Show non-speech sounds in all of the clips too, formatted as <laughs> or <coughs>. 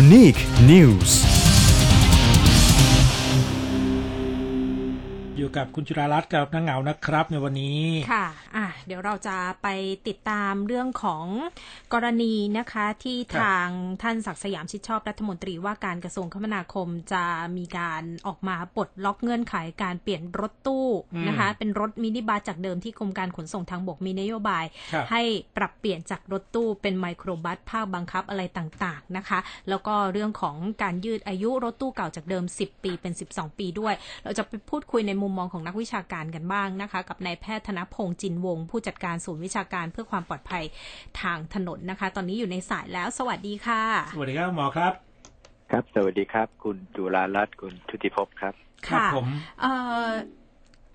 Unique News อยู่กับคุณจุฬารัตน์กับนางเหงานะครับ ในวันนี้ ค่ะอ่ะ เดี๋ยวเราจะไปติดตามเรื่องของกรณีนะคะที่ ครับ ทางท่านศักดิ์สยามชิดชอบรัฐมนตรีว่าการกระทรวงคมนาคมจะมีการออกมาปลดล็อกเงื่อนไขการเปลี่ยนรถตู้นะคะ เป็นรถมินิบัสจากเดิมที่กรมการขนส่งทางบกมีนโยบาย ครับ ให้ปรับเปลี่ยนจากรถตู้เป็นไมโครบัสภาคบังคับอะไรต่างๆนะคะ แล้วก็เรื่องของการยืดอายุรถตู้เก่าจากเดิม 10 ปีเป็น 12 ปีด้วย เราจะไปพูดคุยในมุมมองของนักวิชาการกันบ้างนะคะ กับนายแพทย์ธนพงศ์จินวงศ์ผู้จัดการศูนย์วิชาการเพื่อความปลอดภัยทางถนนนะคะ ตอนนี้อยู่ในสายแล้ว สวัสดีค่ะ สวัสดีครับหมอครับ ครับ สวัสดีครับ คุณจุฬารัตน์คุณชุติภพครับ ผม เอ่อ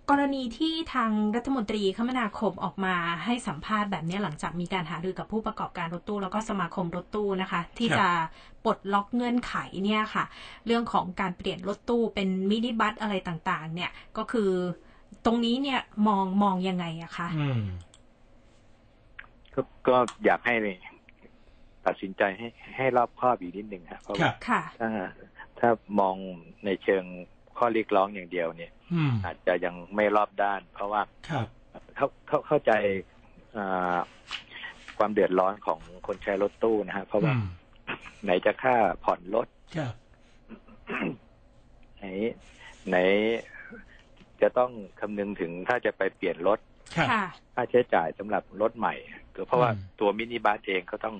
กรณีที่ทางรัฐมนตรีคมนาคมออกมาให้สัมภาษณ์แบบนี้หลังจากมีการหารือกับผู้ประกอบการรถตู้แล้วก็สมาคมรถตู้นะคะ ที่จะปลดล็อกเงื่อนไขเนี่ยค่ะ เรื่องของการเปลี่ยนรถตู้เป็นมินิบัสอะไรต่างๆ เนี่ยก็คือตรงนี้เนี่ยมองมองยังไงอะคะ อืม ก็ก็อยากให้ตัดสินใจให้ให้รอบคอบอีกนิดหนึ่งครับเพราะ ครั ว่า บ ค่ะ ถ้าถ้ามองในเชิงข้อเรียกร้องอย่างเดียวเนี่ย อืม อาจจะยังไม่รอบด้าน เพราะว่า ครับ เขาเขาเข้าใจอ่าความเดือดร้อนของคนใช้รถตู้นะฮะเพราะว่า อืม ไหนจะค่าผ่อนรถ ครับ ไหน ไหนจะต้องคำนึงถึงถ้าจะไปเปลี่ยนรถ ครับ ค่ะ ค่าใช้จ่ายสำหรับรถใหม่ก็เพราะว่า อืม ตัวมินิบัสเองก็ต้อง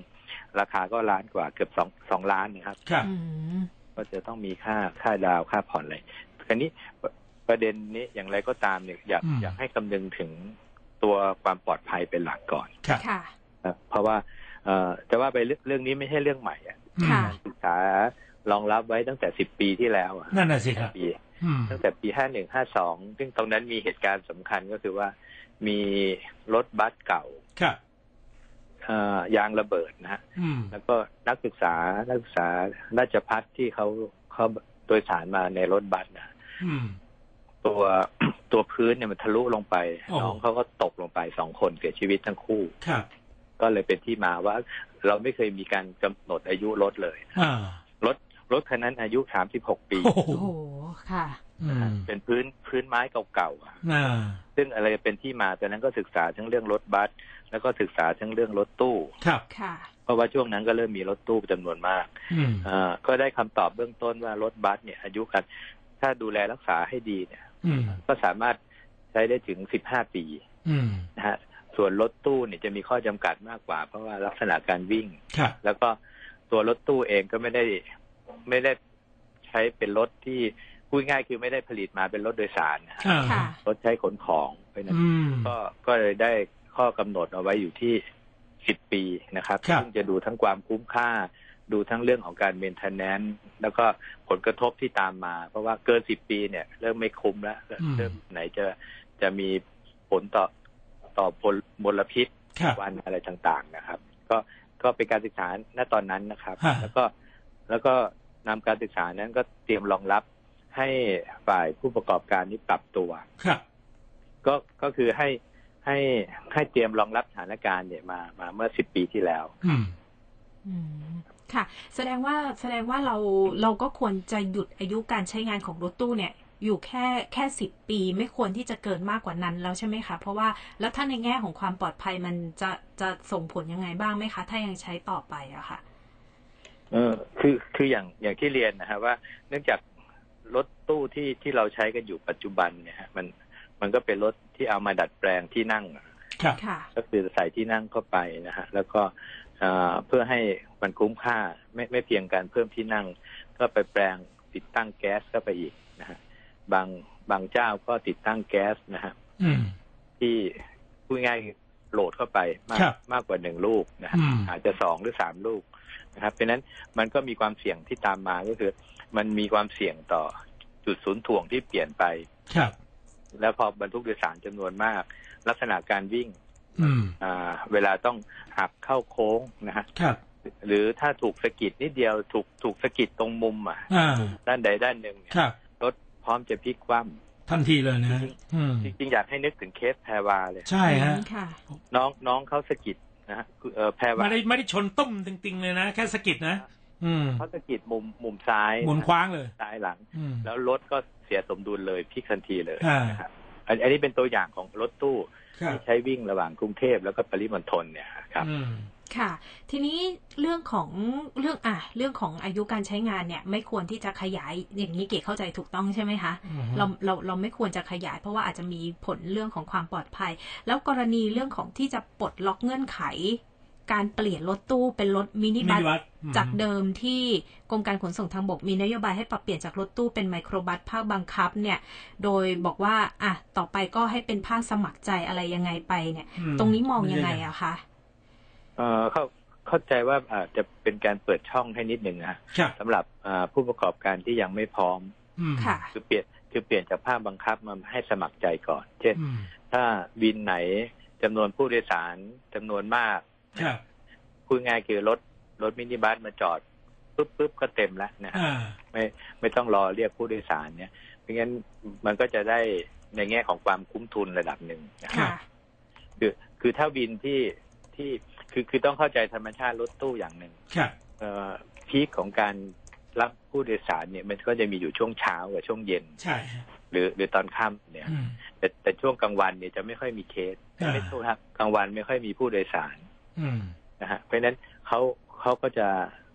ราคาก็ล้านกว่าเกือบสองสองล้านนะครับ ครับ อืม ก็จะต้องมีค่าค่าดาวน์ค่าผ่อนอะไรคราวนี้ประประเด็นนี้อย่างไรก็ตามเนี่ยอยาก อืม อยากให้คำนึงถึงตัวความปลอดภัยเป็นหลักก่อน ครับ ค่ะ นะครับเพราะว่าเอ่อจะว่าไปเรื่องเรื่องนี้ไม่ใช่เรื่องใหม่อะ อืม ค่ะ ศึกษารองรับไว้ตั้งแต่สิบปีที่แล้วอะ นั่นน่ะสิครับ ปี อืม ตั้งแต่ปี 51-52 ซึ่งตรงนั้นมีเหตุการณ์สำคัญก็คือว่า มีรถบัสเก่า ครับ เอ่อยางระเบิดนะฮะ อืม แล้วก็นักศึกษา นักศึกษาราชพัฒที่เขาเขาโดยสารมาในรถบัสนะ อืม ตัว <coughs> ตัวพื้นเนี่ยมันทะลุลงไป โอ้โห น้องเขาก็ตกลงไปสองคนเสียชีวิตทั้งคู่ ครับ ก็เลยเป็นที่มาว่า เราไม่เคยมีการกำหนดอายุรถเลย อ่าร ถ รถคันนั้นอายุ 36 ปี โอ้โห โอ้โหค่ะ อื นะ ม ฮะเป็นพื้น พื้นไม้เก่าๆอะ น่า ซึ่งอะไรเป็นที่มาตอนนั้นก็ศึกษาทั้งเรื่องรถบัส แล้วก็ศึกษาทั้งเรื่องรถตู้ ครับ ค่ะ เพราะว่าช่วงนั้นก็เริ่มมีรถตู้จำนวนมาก อืม อ่าก็ได้คำตอบเบื้องต้นว่ารถบัสเนี่ยอายุกัน ถ้าดูแลรักษาให้ดีเนี่ย อืม ก็สามารถใช้ได้ถึง 15 ปี อืม นะฮะส่วนรถตู้เนี่ยจะมีข้อจำกัดมากกว่า เพราะว่าลักษณะการวิ่ง ครับ แล้วก็ตัวรถตู้เองก็ไม่ได้ไม่ได้ใช้เป็นรถที่พูดง่ายคือไม่ได้ผลิตมาเป็นรถโดยสารนะฮะ อ่า ค่ะ รถใช้ขนของเพราะฉะนั้น อืม ก็ก็เลยได้ข้อกำหนดเอาไว้อยู่ที่ 10 ปีนะครับ ครับ ซึ่งจะดูทั้งความคุ้มค่า ดูทั้งเรื่องของการเมนเทนแนนแล้วก็ผลกระทบที่ตามมา เพราะว่าเกิน 10 ปีเนี่ย เริ่มไม่คุ้มแล้ว เริ่มไหนจะจะมีผลต่อต่อพลมลพิษ ครับ วันอะไรต่างๆนะครับ ก็ก็เป็นการศึกษาณตอนนั้นนะครับ ฮะ แล้วก็แล้วก็นำการศึกษานั้นก็เตรียมรองรับให้ฝ่ายผู้ประกอบการนี้ปรับตัว ครับ ก็ก็คือให้ให้ให้เตรียมรองรับสถานการณ์เนี่ยมามาเมื่อ 10 ปีที่แล้ว อืม อืมค่ะ แสดงว่าแสดงว่าเราเราก็ควรจะหยุดอายุการใช้งานของรถตู้เนี่ย อยู่แค่แค่สิบปี ไม่ควรที่จะเกินมากกว่านั้นแล้วใช่ไหมคะ เพราะว่าแล้วถ้าในแง่ของความปลอดภัยมันจะจะส่งผลยังไงบ้างไหมคะ ถ้ายังใช้ต่อไปอะค่ะ เออคือคืออย่างอย่างที่เรียนนะฮะว่า เนื่องจากรถตู้ที่ที่เราใช้กันอยู่ปัจจุบันเนี่ยฮะมันมันก็เป็นรถที่เอามาดัดแปลงที่นั่ง ครับ ค่ะ ก็คือใส่ที่นั่งเข้าไปนะฮะแล้วก็เอ่อเพื่อให้มันคุ้มค่าไม่ไม่เพียงการเพิ่มที่นั่ง ก็ไปแปลงติดตั้งแก๊สเข้าไปอีกนะฮะบางบางเจ้าก็ติดตั้งแก๊สนะฮะ อืม ที่พูดง่ายๆโหลดเข้าไปมาก ครับ มากกว่าหนึ่งลูกนะฮะ อืม อาจจะสองหรือสามลูกนะครับเพราะฉะนั้นมันก็มีความเสี่ยงที่ตามมาก็คือ มันมีความเสี่ยงต่อจุดศูนย์ถ่วงที่เปลี่ยนไป ครับ แล้วพอบรรทุกโดยสารจำนวนมาก ลักษณะการวิ่ง อืม อ่าเวลาต้องหักเข้าโค้งนะฮะ ครับ หรือถ้าถูกสะกิดนิดเดียวถูกถูกสะกิดตรงมุมอ่ะ อ่า ด้านใดด้านหนึ่งเนี่ย ครับ รถพร้อมจะพลิกคว่ ทันทีเลยนะฮะอืม ำจริงๆอยากให้นึกถึงเคสแพรวาเลย ใช่ฮะ ค่ะ น้องน้องเขาสะกิดนะฮะคือเอ่อแพรวา ไม่ได้ไม่ได้ชนตุ้มจริงๆเลยนะ แค่สะกิดนะ อืม เขาสะกิดมุมมุมซ้าย หมุนคว้างเลย ซ้ายหลัง อืม แล้วรถก็เสียสมดุลเลยพลิกทันทีเลย อ่าน นะครับอันอันนี้เป็นตัวอย่างของรถตู้ ครับ ที่ใช้วิ่งระหว่างกรุงเทพแล้วก็ปริมณฑลเนี่ยครับ อืม ค่ะ ทีนี้เรื่องของเรื่องอ่ะเรื่องของอายุการใช้งานเนี่ย ไม่ควรที่จะขยายอย่างนี้เก๋เข้าใจถูกต้องใช่ไหมคะ อือฮึ เราเราเราไม่ควรจะขยาย เพราะว่าอาจจะมีผลเรื่องของความปลอดภัย แล้วกรณีเรื่องของที่จะปลดล็อกเงื่อนไข การเปลี่ยนรถตู้เป็นรถมินิ มิ บัส นิบัสอืม จากเดิมที่กรมการขนส่งทางบกมีนโยบายให้ปรับเปลี่ยนจากรถตู้เป็นไมโครบัสภาคบังคับเนี่ย โดยบอกว่าอ่ะต่อไปก็ให้เป็นภาคสมัครใจอะไรยังไงไปเนี่ย อืม ตรงนี้มองยังไงอะคะ เอ่อเข้าเข้าใจว่าอาจจะเป็นการเปิดช่องให้นิดหนึ่งนะครับสำหรับอ่าผู้ประกอบการที่ยังไม่พร้อม อืม ค่ะ คือเปลี่ยนคือเปลี่ยนจากภาพบังคับมาให้สมัครใจก่อน เช่น อืม ถ้าวินไหนจำนวนผู้โดยสารจำนวนมาก ครับ พูดง่ายคือรถรถมินิบัสมาจอดปุ๊บปุ๊บก็เต็มแล้วนะฮะ อ่า ไม่ไม่ต้องรอเรียกผู้โดยสารเนี่ยเพราะงั้นมันก็จะได้ในแง่ของความคุ้มทุนระดับหนึ่งนะ ครั ค่ะ บ คือคือถ้าวินที่ที่คือคือต้องเข้าใจธรรมชาติรถตู้อย่างหนึ่ง ครับ เอ่อพีคของการรับผู้โดยสารเนี่ยมันก็จะมีอยู่ช่วงเช้ากับช่วงเย็น ใช่ฮะ หรือหรือตอนค่ำเนี่ย อืม แต่แต่ช่วงกลางวันเนี่ยจะไม่ค่อยมีเคส อ่า ไม่ใช่ครับกลางวันไม่ค่อยมีผู้โดยสาร อืม นะฮะเพราะฉะนั้นเขาเขาก็จะ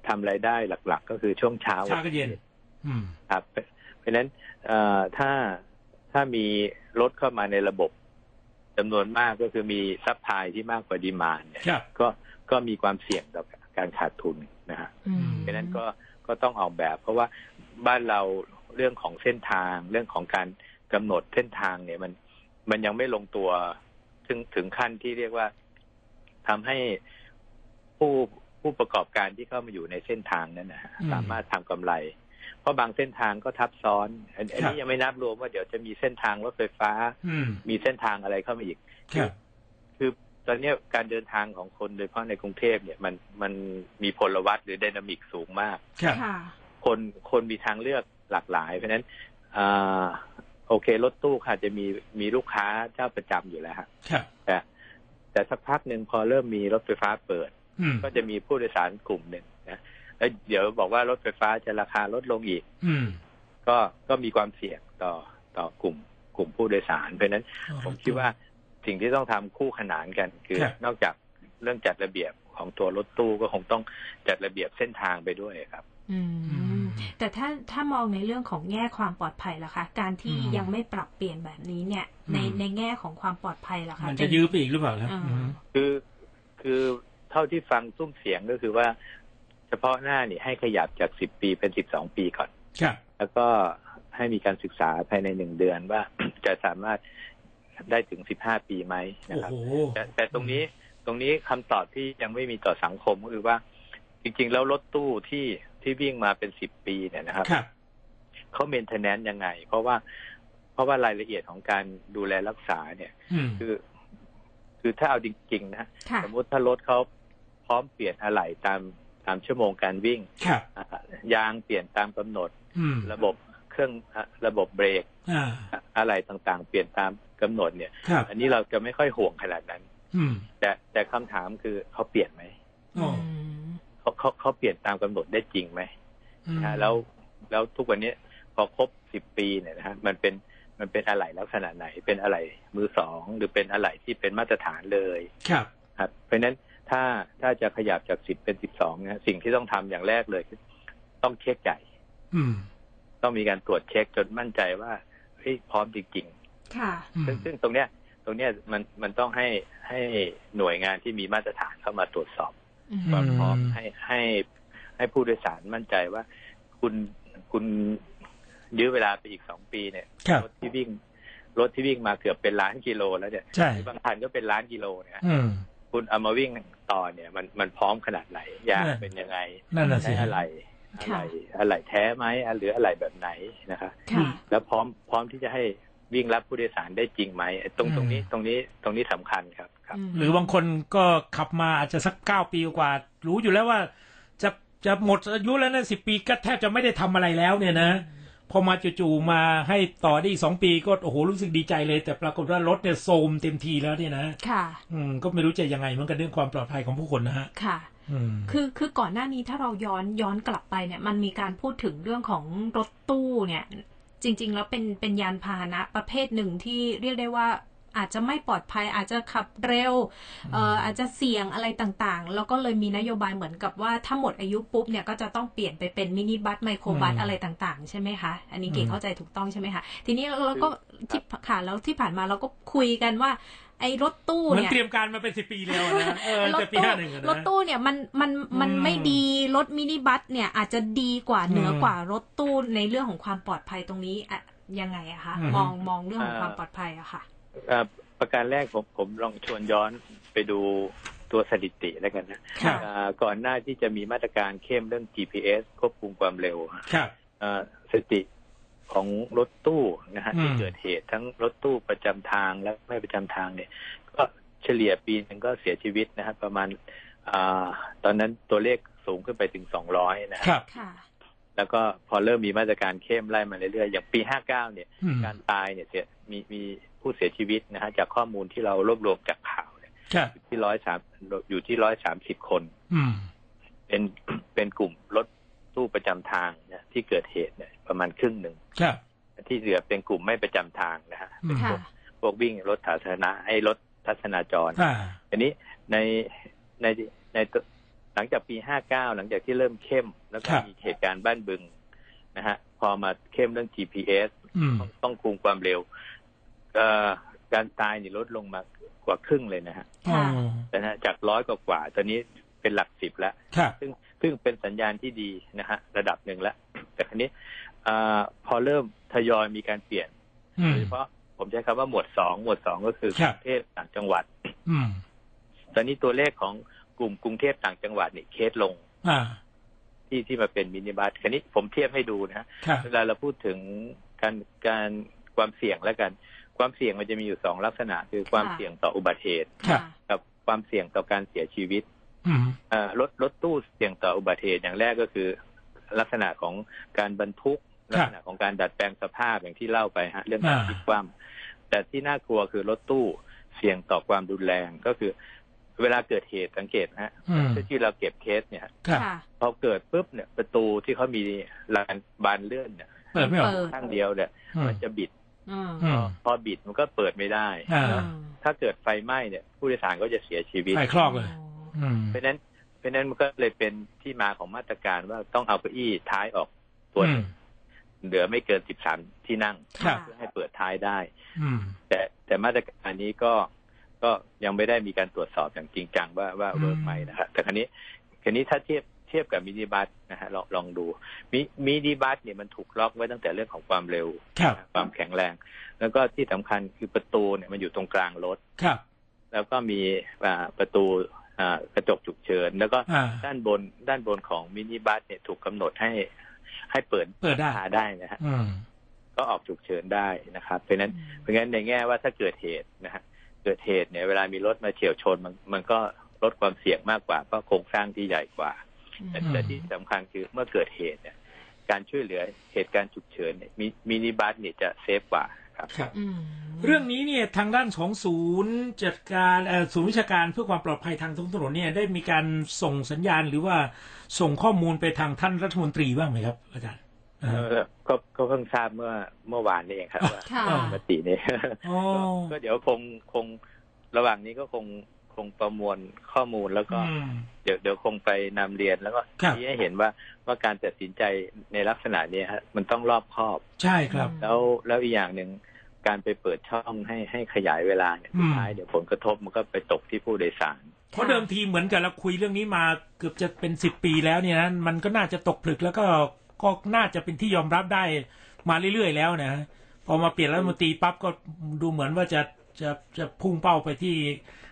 ทำรายได้หลัก ๆ ก็คือช่วงเช้า เช้ากับเย็น อืม ครับ เพราะฉะนั้นเอ่อถ้าถ้ามีรถเข้ามาในระบบจำนวนมากก็คือมีซัพพลายที่มากกว่าดีมานด์เนี่ย ครับ ก็ก็มีความเสี่ยงต่อการขาดทุนนะฮะ อืม เพราะฉะนั้นก็ก็ต้องออกแบบ เพราะว่าบ้านเราเรื่องของเส้นทาง เรื่องของการกำหนดเส้นทางเนี่ยมันมันยังไม่ลงตัวถึงถึงขั้นที่เรียกว่าทำให้ผู้ผู้ประกอบการที่เข้ามาอยู่ในเส้นทางนั้นนะฮะ อืม สามารถทำกำไร เพราะบางเส้นทางก็ทับซ้อนอันอัน ครั นี้ บ ยังไม่นับรวมว่าเดี๋ยวจะมีเส้นทางรถไฟฟ้า อืม มีเส้นทางอะไรเข้ามาอีก ครับ คือตอนเนี้ยการเดินทางของคนโดยเฉพาะในกรุงเทพเนี่ยมันมันมีพลวัตหรือไดนามิกสูงมาก ครับ ค่ะ คนคนมีทางเลือกหลากหลาย เพราะฉะนั้นอ่าโอเค รถตู้ค่ะจะมีมีลูกค้าเจ้าประจำอยู่แล้วฮะ ครับ แต่แต่สักพักหนึ่งพอเริ่มมีรถไฟฟ้าเปิด อืม ก็จะมีผู้โดยสารกลุ่มหนึ่งนะแล้วเดี๋ยวบอกว่ารถไฟฟ้าจะราคาลดลงอีก อืม ก็ก็มีความเสี่ยงต่อต่อกลุ่ม กลุ่มผู้โดยสารเพราะฉะนั้น ผมคิดว่าสิ่งที่ต้องทำคู่ขนานกัน คือ นอกจากเรื่องจัดระเบียบของตัวรถตู้ก็คงต้องจัดระเบียบเส้นทางไปด้วยครับ อื อื ม ม แต่ถ้าถ้ามองในเรื่องของแง่ความปลอดภัยล่ะคะ การที่ อืม ยังไม่ปรับเปลี่ยนแบบนี้เนี่ย อืม ในในแง่ของความปลอดภัยล่ะคะ มัน เป็ จะ น ยื้อไปอีกหรือเปล่าครับ อ่า อืม คือคือเท่าที่ฟังซุ้มเสียงก็คือว่า เฉพาะหน้านี่ให้ขยับจากสิบปีเป็นสิบสองปีก่อน ครับ แล้วก็ให้มีการศึกษาภายในหนึ่งเดือนว่า <coughs> จะสามารถได้ถึงสิบห้าปีไหมนะ โอ้ ครับ โห แต่แต่ตรงนี้ตรงนี้คำตอบที่ยังไม่มีต่อสังคมก็คือว่า จริง ๆ แล้วรถตู้ที่ที่วิ่งมาเป็นสิบปีเนี่ยนะครับ ครับ เขาเมนเทนแนนซ์ยังไง เพราะว่า เพราะว่ารายละเอียดของการดูแลรักษาเนี่ย อืม คือ คือถ้าเอาจริง ๆ นะ ค่ะ สมมุติถ้ารถเขาพร้อมเปลี่ยนอะไหล่ตามตามชั่วโมงการวิ่ง ครับ อ่ะยางเปลี่ยนตามกำหนด อืม ระบบเครื่องอ่ะระบบเบรก อ่า อ่ะอะไรต่างๆ เปลี่ยนตามกำหนดเนี่ย ครับ อันนี้เราจะไม่ค่อยห่วงขนาดนั้น อืม แต่แต่คำถามคือเขาเปลี่ยนไหม โอ้ อืม เขาเขาเขาเปลี่ยนตามกำหนดได้จริงไหม อืม นะฮะแล้วแล้วทุกวันนี้พอครบสิบปีเนี่ยนะฮะมันเป็นมันเป็นอะไหล่ลักษณะไหน เป็นอะไหล่มือสองหรือเป็นอะไหล่ที่เป็นมาตรฐานเลย ครับ ครับเพราะฉะนั้นถ้าถ้าจะขยับจากสิบเป็นสิบสองนะสิ่งที่ต้องทำอย่างแรกเลยคือต้องเช็คใหญ่ อืม ต้องมีการตรวจเช็คจนมั่นใจว่าเฮ้ยพร้อมจริง ค่ะ อืม ๆซึ่งซึ่งตรงเนี้ยตรงเนี้ยมันมันต้องให้ให้หน่วยงานที่มีมาตรฐานเข้ามาตรวจสอบ อืม ความพร้อมให้ให้ให้ผู้โดยสารมั่นใจว่า คุณคุณยื้อเวลาไปอีกสองปีเนี่ย ครับ รถที่วิ่ง รถที่วิ่งมาเกือบเป็นล้านกิโลแล้วเนี่ย ใช่ บางคันก็เป็นล้านกิโลเนี่ย อืม คุณเอามาวิ่งต่อเนี่ย มันมันพร้อมขนาดไหนยาง เออ เป็นยังไง นั่นน่ะสิใช้อะไรอะ ค่ะ ไรอะไรแท้ไหมหรืออะไรแบบไหนนะคะ ค่ะ แล้วพร้อมพร้อมที่จะให้วิ่งรับผู้โดยสารได้จริงไหมตรง อืม ตรงนี้ตรงนี้ตรงนี้สำคัญครับครับ หรือบางคนก็ขับมาอาจจะสักเก้าปีกว่า รู้อยู่แล้วว่า จะจะหมดอายุแล้วนะสิปีก็แทบจะไม่ได้ทำอะไรแล้วเนี่ยนะ พอมาจู่ๆมาให้ต่อได้อีกสองปีก็โอ้โหรู้สึกดีใจเลย แต่ปรากฏว่ารถเนี่ยโทรมเต็มทีแล้วเนี่ยนะ ค่ะ อืมก็ไม่รู้จะยังไงเหมือนกันเรื่องความปลอดภัยของผู้คนนะฮะ ค่ะ อืม คือคือก่อนหน้านี้ถ้าเราย้อนย้อนกลับไปเนี่ย มันมีการพูดถึงเรื่องของรถตู้เนี่ย จริง ๆ แล้วเป็นเป็นยานพาหนะประเภทหนึ่งที่เรียกได้ว่าอาจจะไม่ปลอดภัยอาจจะขับเร็วเอ่ออาจจะเสี่ยงอะไรต่างๆ แล้วก็เลยมีนโยบายเหมือนกับว่าถ้าหมดอายุปุ๊บเนี่ยก็จะต้องเปลี่ยนไปเป็นมินิบัสไมโครบัส อืม อะไรต่าง ๆ ใช่ไหมคะอันนี้เก๋เข้าใจถูกต้องใช่ไหมคะทีนี้เราก็ที่ค่ะแล้วที่ผ่านมาเราก็คุยกันว่า ไอ้รถตู้ เหมือน เนี่ย เตรียมการมาเป็นสิบปีแล้วอะนะเออ รถ แต่ปี ตู้ ห้าหนึ่งนะ รถตู้เนี่ยมันมันมัน อืม ไม่ดีรถมินิบัสเนี่ยอาจจะดีกว่า อืม เหนือกว่ารถตู้ในเรื่องของความปลอดภัยตรงนี้อะยังไงอะคะ อืม มองมองเรื่องของ อ่า ความปลอดภัยอะค่ะ เอ่อประการแรกผมผมลองชวนย้อนไปดูตัวสถิติแล้วกันนะ ครั ค่ะ บ เอ่อก่อนหน้าที่จะมีมาตรการเข้มเรื่อง GPS ควบคุมความเร็วฮะ ครับ เอ่อสถิติของรถตู้นะฮะ อืม ที่เกิดเหตุทั้งรถตู้ประจำทางและไม่ประจำทางเนี่ย ก็เฉลี่ยปีหนึงก็เสียชีวิตนะฮะประมาณอาตอนนั้นตัวเลขสูงขึ้นไปถึง 200 นะฮะ ครับ ค่ะ แล้วก็พอเริ่มมีมาตรการเข้มไล่มาเรื่อยๆอย่างปี 59 เนี่ย อืม การตายเนี่ยเสียมีมีผู้เสียชีวิตนะฮะจากข้อมูลที่เรารวบรวมจากข่าวเนี่ย ครับ อยู่ที่ร้อยสามอยู่ที่ร้อยสามสิบคน อืม เป็น <coughs> เป็นกลุ่มรถตู้ประจำทางนะที่เกิดเหตุเนี่ยประมาณครึ่งหนึ่ง ครับ ที่เหลือเป็นกลุ่มไม่ประจำทางนะฮะ อืม ค่ะ พวกวิ่งรถสาธารณะไอ้รถทัศนาจร อ่า อันนี้ในในในตัวหลังจากปีห้าเก้าหลังจากที่เริ่มเข้ม แล้วก็มีเหตุการณ์บ้านบึงนะฮะพอมาเข้มเรื่อง GPS อืม ต้องต้องคุมความเร็วเอ่อการตายนี่ลดลงมากว่าครึ่งเลยนะฮะ อ๋อ ค่ะ แต่นะจากร้อยกว่ากว่า ตอนนี้เป็นหลักสิบแล้ว ครับ ซึ่งซึ่งเป็นสัญญาณที่ดีนะฮะระดับหนึ่งแล้วแต่ครั้นี้เออพอเริ่มทยอยมีการเปลี่ยน อืมโดยเฉพาะผมใช้คำว่าหมวดสองหมวดสองก็คือ ค ก รับ รุงเทพต่างจังหวัด อืม ตอนนี้ตัวเลขของกลุ่มกรุงเทพต่างจังหวัดนี่เคสลง อ่า ที่ที่มาเป็นมินิบัสคันนี้ผมเทียบให้ดูนะฮะ ครับ เวลาเราพูดถึงการการความเสี่ยงแล้วกัน ความเสี่ยงมันจะมีอยู่สองลักษณะ คือความ ค่ะ เสี่ยงต่ออุบัติเหตุ ครับ กับความเสี่ยงต่อการเสียชีวิต อืม เอ่อรถรถตู้เสี่ยงต่ออุบัติเหตุอย่างแรกก็คือ ลักษณะของการบรรทุกลักษณะของการดัดแปลงสภาพอย่างที่เล่าไปฮะเรื่องการพลิกคว่ำแต่ที่น่ากลัวคือรถตู้เสี่ยงต่อความรุนแรงก็คือ เวลาเกิดเหตุสังเกตนะฮะ อืม ที่เราเก็บเคสเนี่ย ครับ ค่ะ พอเกิดปุ๊บเนี่ยประตูที่เขามีลานบานเลื่อนเนี่ย เปิดไม่ออก เปิด ข้างเดียวเนี่ย อืม มันจะบิด อืม อืม พอบิดมันก็เปิดไม่ได้ อ่า ถ้าเกิดไฟไหม้เนี่ย ผู้โดยสารก็จะเสียชีวิต ไฟคลอกเลย อืม เพราะฉะนั้นเพราะฉะนั้นมันก็เลยเป็นที่มาของมาตรการว่าต้องเอาเก้าอี้ท้ายออกตัวหนึ่งเหลือไม่เกิน 13 ที่นั่ง ครับ เพื่อให้เปิดท้ายได้ อืม แต่แต่มาตรการนี้ก็ก็ยังไม่ได้มีการตรวจสอบอย่างจริงจังว่าว่า อืม เวิร์กไหมนะครับแต่ครั้นี้ครั้นี้ถ้าเทียบเทียบกับมินิบัสนะฮะลองลองดูมิมินิบัสเนี่ยมันถูกล็อกไว้ตั้งแต่เรื่องของความเร็ว ครับ ความแข็งแรง แล้วก็ที่สำคัญคือประตูเนี่ยมันอยู่ตรงกลางรถ ครับ แล้วก็มีอ่าประตูอ่ากระจกฉุกเฉิน แล้วก็ อ่า ด้านบนด้านบนของมินิบัสเนี่ยถูกกำหนดให้ให้เปิด เปิดได้ หาได้นะฮะ อืม ก็ออกฉุกเฉินได้นะครับ เพราะฉะนั้นเพราะงั้นในแง่ว่าถ้าเกิดเหตุนะฮะเกิดเหตุเนี่ยเวลามีรถมาเฉียวชนมันมันก็ลดความเสี่ยงมากกว่าเพราะโครงสร้างที่ใหญ่กว่า แต่ อืม แต่ที่สำคัญคือเมื่อเกิดเหตุเนี่ยการช่วยเหลือเหตุการณ์ฉุกเฉินเนี่ยมิมินิบัสเนี่ยจะเซฟกว่าครับ ครับ อืม เรื่องนี้เนี่ยทางด้านของศูนย์จัดการเอ่อศูนย์วิชาการเพื่อความปลอดภัยทางท้องถนนเนี่ยได้มีการส่งสัญญาณหรือว่าส่งข้อมูลไปทางท่านรัฐมนตรีบ้างไหมครับ อาจารย์อ่า เออก็ก็เพิ่งทราบเมื่อเมื่อวานนี่เองครับว่า ค่ะ อ่า มตินี้ โอ้ ก็เดี๋ยวคงคงระหว่างนี้ก็คงคงประมวลข้อมูลแล้วก็ อืม เดี๋ยวเดี๋ยวคงไปนำเรียนแล้วก็ ครับ ชี้ให้เห็นว่าว่าการตัดสินใจในลักษณะนี้ฮะมันต้องรอบคอบ ใช่ครับ แล้วแล้วอีกอย่างหนึ่งการไปเปิดช่องให้ให้ขยายเวลาเนี่ยสุดท้าย อืม เดี๋ยวผลกระทบมันก็ไปตกที่ผู้โดยสาร เพราะเดิมทีเหมือนกับเราคุยเรื่องนี้มาเกือบจะเป็นสิบปีแล้วเนี่ยนะมันก็น่าจะตกผลึกแล้วก็ก็น่าจะเป็นที่ยอมรับได้มาเรื่อยๆแล้วนะพอมาเปลี่ยนรัฐมนตรีปั๊บก็ดูเหมือนว่าจะจะจะพุ่งเป้าไปที่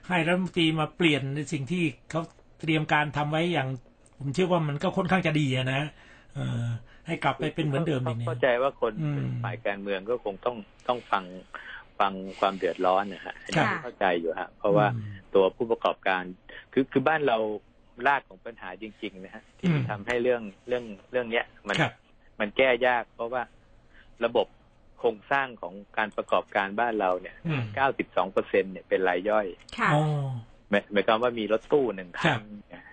ให้รัฐมนตรีมาเปลี่ยนในสิ่งที่เขาเตรียมการทำไว้อย่าง ผมเชื่อว่ามันก็ค่อนข้างจะดีอะนะเออให้กลับไปเป็นเหมือนเดิมอีกเนี่ย เข้าใจว่าคน อืม ฝ่ายการเมืองก็คงต้องต้องฟังฟังความเดือดร้อนนะฮะอันนี้ ค่ะ เข้าใจอยู่ฮะเพราะว่า อืม ตัวผู้ประกอบการ คือคือบ้านเรารากของปัญหาจริง ๆ นะฮะที่ อืม ทำให้เรื่องเรื่องเรื่องเนี้ย มัน ครับ มันแก้ยาก เพราะว่าระบบโครงสร้างของการประกอบการบ้านเราเนี่ย อืม 92เปอร์เซ็นเนี่ยเป็นรายย่อย ค่ะ อ๋อ หมายหมายความว่ามีรถตู้หนึ่งคั ครั น บ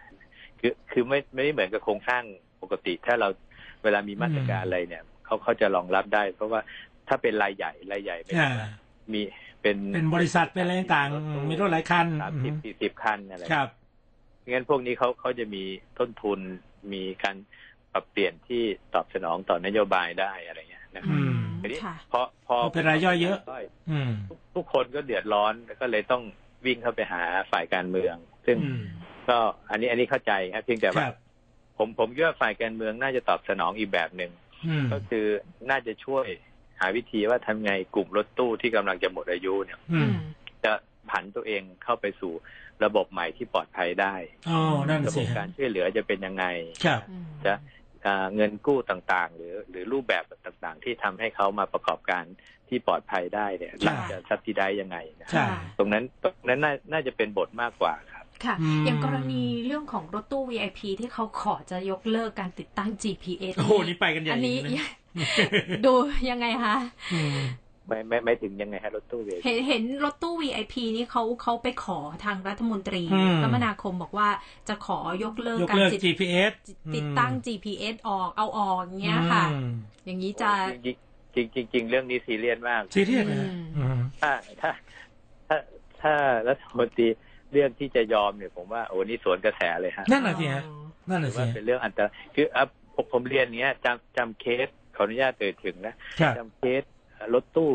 คือคือไม่ไม่ได้เหมือนกับโครงสร้างปกติ ถ้าเราเวลามีมาตรการ อืม อะไรเนี่ยเขาเขาจะรองรับได้ เพราะว่าถ้าเป็นรายใหญ่รายใหญ่ไม่ อ่า มีเป็น เป็นบริษัทเป็นอะไรต่างๆมีรถหลายคัน สามสิบสี่สิบคันอะไร ครับ งั้นพวกนี้เขาเขาจะมีต้นทุนมีการปรับเปลี่ยนที่ตอบสนองต่อนโยบายได้อะไรเงี้ยนะค อืมรับทีนี้ ค่ะ พอพอ เพราะเป็นรายย่อยเยอะ อืม ทุกทุกคนก็เดือดร้อนแล้วก็เลยต้องวิ่งเข้าไปหาฝ่ายการเมือง ซึ่ง อืม ก็อันนี้อันนี้เข้าใจครับเพียงแต่ ค ว่า รับ ผมผมคิดว่าฝ่ายการเมืองน่าจะตอบสนองอีกแบบหนึ่ง อืม ก็คือน่าจะช่วยหาวิธีว่าทำไงกลุ่มรถตู้ที่กำลังจะหมดอายุเนี่ย อืม จะผันตัวเองเข้าไปสู่ระบบใหม่ที่ปลอดภัยได้ อ๋อนั่น ระบ สิ บการคั ร บ ช่วยเหลือจะเป็นยังไง ครับ อืม จะ อ่าเงินกู้ต่างๆ หรือหรือรูปแบบต่างๆ ที่ทำให้เขามาประกอบการที่ปลอดภัยได้เนี่ย ใช่ รัฐจะซับซิได้ยังไงนะ ใช่ ตรงนั้นตรงนั้นน่าน่าจะเป็นบทมากกว่าครับ ค่ะ อืม อย่างกรณีเรื่องของรถตู้ VIP ที่เขาขอจะยกเลิกการติดตั้ง GPS โอ้โหนี่ไปกันใหญ่ อันนี้ เลยะ ดูยังไง <laughs> คะ อืม ไม่ไม่ไม่ถึงยังไงฮะรถตู้เวท เห็นเห็นรถตู้ VIP นี่เขาเขาไปขอทางรัฐมนตรี อืม คมนาคมบอกว่าจะขอยกเลิก ยก การ เลิก ติด GPS ติดตั้ง GPS ออกเอาออกอย่างเงี้ยค่ะ อย่างนี้จะ จริงๆจริงๆจริง ๆ เรื่องนี้ซีเรียสมาก ซีเรียสนะฮะ อื อืม ถ้าถ้าถ้าถ้ารัฐมนตรีเรื่องที่จะยอมเนี่ยผมว่าโอ้นี่สวนกระแสเลยฮะ นั่นน่ะสิฮะ นั่น ถื น่ะ อ สิ ว่าเป็นเรื่องอันตรายคืออ่ะผมผมเรียนอย่างเงี้ยจำจำเคสขออนุญาตเอ่ยถึงนะครับ จำเคสรถตู้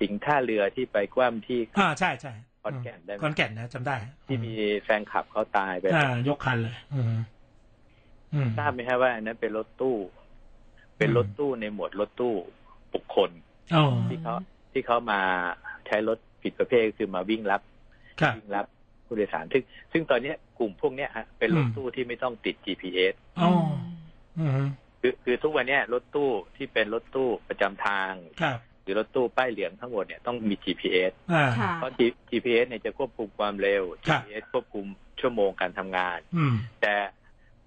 สิงห์ท่าเรือที่ไปคว่ำที่ อ่าใช่ใช่ ขอนแก่นได้ไหม ขอนแก่นนะจำได้ ที่มีแฟนคลับเขาตายไป อ่ายกคันเลย อืมอืม ทราบไหมครับว่าอันนั้นเป็นรถตู้ เป็น อืม รถตู้ในหมวดรถตู้บุคคล อ๋อ ที่เขาที่เขามาใช้รถผิดประเภทคือมาวิ่งรับ ครับ วิ่งรับผู้โดยสารซึ่งซึ่งตอนเนี้ยกลุ่มพวกเนี้ยฮะเป็นรถ อืม ตู้ที่ไม่ต้องติด GPS อ๋ออืม คือคือทุกวันเนี้ยรถตู้ที่เป็นรถตู้ประจำทาง ครับ หรือรถตู้ป้ายเหลืองทั้งหมดเนี่ยต้องมี GPS อ่า ค่ะ เพราะ G- GPS เนี่ยจะควบคุมความเร็ว ครับ GPS ควบคุมชั่วโมงการทำงาน อืม แต่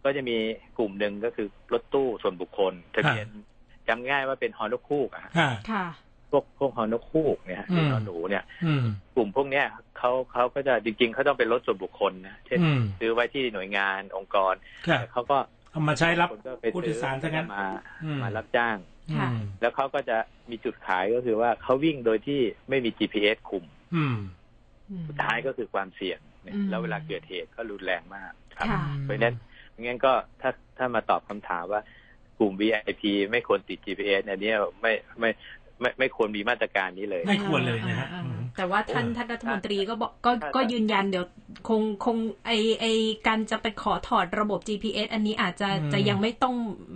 ก็จะมีกลุ่มหนึ่งก็คือรถตู้ส่วนบุคคลทะเบียนจำง่ายว่าเป็นฮอนนกคูกอะฮะ อ่า ค่ะ พวกพวกฮอนนกคูกเนี่ยฮะ อืม หรือฮอนหนูเนี่ย อืม กลุ่มพวกเนี้ยเขาเขาก็จะจริง ๆเขาต้องเป็นรถส่วนบุคคลนะเช่น อืม ซื้อไว้ที่หน่วยงานองค์กร ครับ แต่เขาก็ เอามาใช้รับ คนก็ไป ผู้โดยสารซะงั้น มา อื มารับจ้าง อืม แล้วเขาก็จะมีจุดขายก็คือว่าเขาวิ่งโดยที่ไม่มี GPS คุม อืม สุดท้ายก็คือความเสี่ยงเนี่ย อืม แล้วเวลาเกิดเหตุก็รุนแรงมากครับ ค่ะ เพราะฉะนั้นงั้นก็ถ้าถ้ามาตอบคำถามว่ากลุ่ม VIP ไม่ควรติด GPS อันเนี้ยไม่ไม่ไม่ไม่ควรมีมาตรการนี้เลย ไม่ ควรเลยนะฮะ อ่า อืม แต่ว่าท่านท่านรัฐมนตรีก็บอกก็ ใช่ ก็ยืนยันเดี๋ยวคงคงไอไอการจะไปขอถอดระบบ GPS อันนี้อาจจะ อืม จะยังไม่ต้อง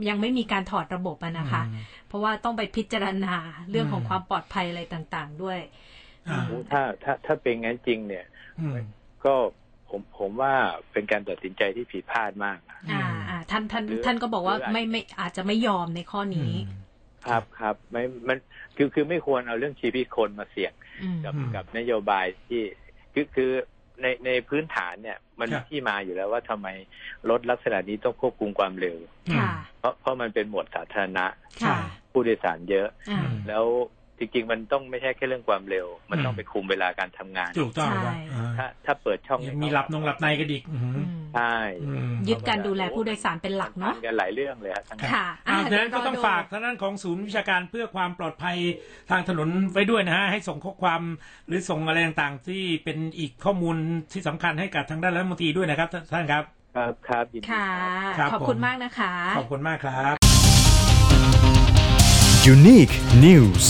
ยังไม่มีการถอดระบบอะนะคะ อืม เพราะว่าต้องไปพิจารณาเรื่องของ อืม ความปลอดภัยอะไรต่างๆ ด้วย อ่า โอ้ถ้าถ้าถ้าเป็นงั้นจริงเนี่ย อืม ก็ผมผมว่าเป็นการตัดสินใจที่ผิดพลาดมาก อืม อ่าอ่าท่านท่าน หรือ ท่านก็บอกว่า หรืออาจ ไม่ไม่อาจจะไม่ยอมในข้อนี้ ครับครับไม่มันคือคือไม่ควรเอาเรื่องชีวิตคนมาเสี่ยง อืม กับ อืม กับนโยบายที่คือคือในในพื้นฐานเนี่ย มัน ครั มี บ ที่มาอยู่แล้วว่าทำไมรถลักษณะนี้ต้องควบคุมความเร็ว อืม ค่ะ เพราะเพราะมันเป็นหมวดสาธารณะ ใช่ ค่ะ ผู้โดยสารเยอะ อ่า อืม แล้วจริงๆ มันต้องไม่ใช่แค่เรื่องความเร็ว มันต้องไปคุมเวลาการทำงาน ถูกต้อง ใช่ ครับอ่า ถ้าถ้าเปิดช่องให้ มีหลับนงหลับในกันอีกอืม อืม ใช่ อืม ยึดการดูแลผู้โดยสารเป็นหลักเนาะ ทำกันหลายเรื่องเลยฮะทั้งนั้น ค่ะ อ่า อ่า ดังนั้นก็ต้อง เดี๋ยวรดู ฝากทางด้านของศูนย์วิชาการเพื่อความปลอดภัยทางถนนไว้ด้วยนะฮะ ให้ส่งข้อความหรือส่งอะไรต่างๆ ที่เป็นอีกข้อมูลที่สำคัญให้กับทางด้านรัฐมนตรีด้วยนะครับท่านครับ ครับครับยินดี ค่ะ รับ ครับ ขอบคุณ ผม มากนะคะ ขอบคุณมากครับ Unique News.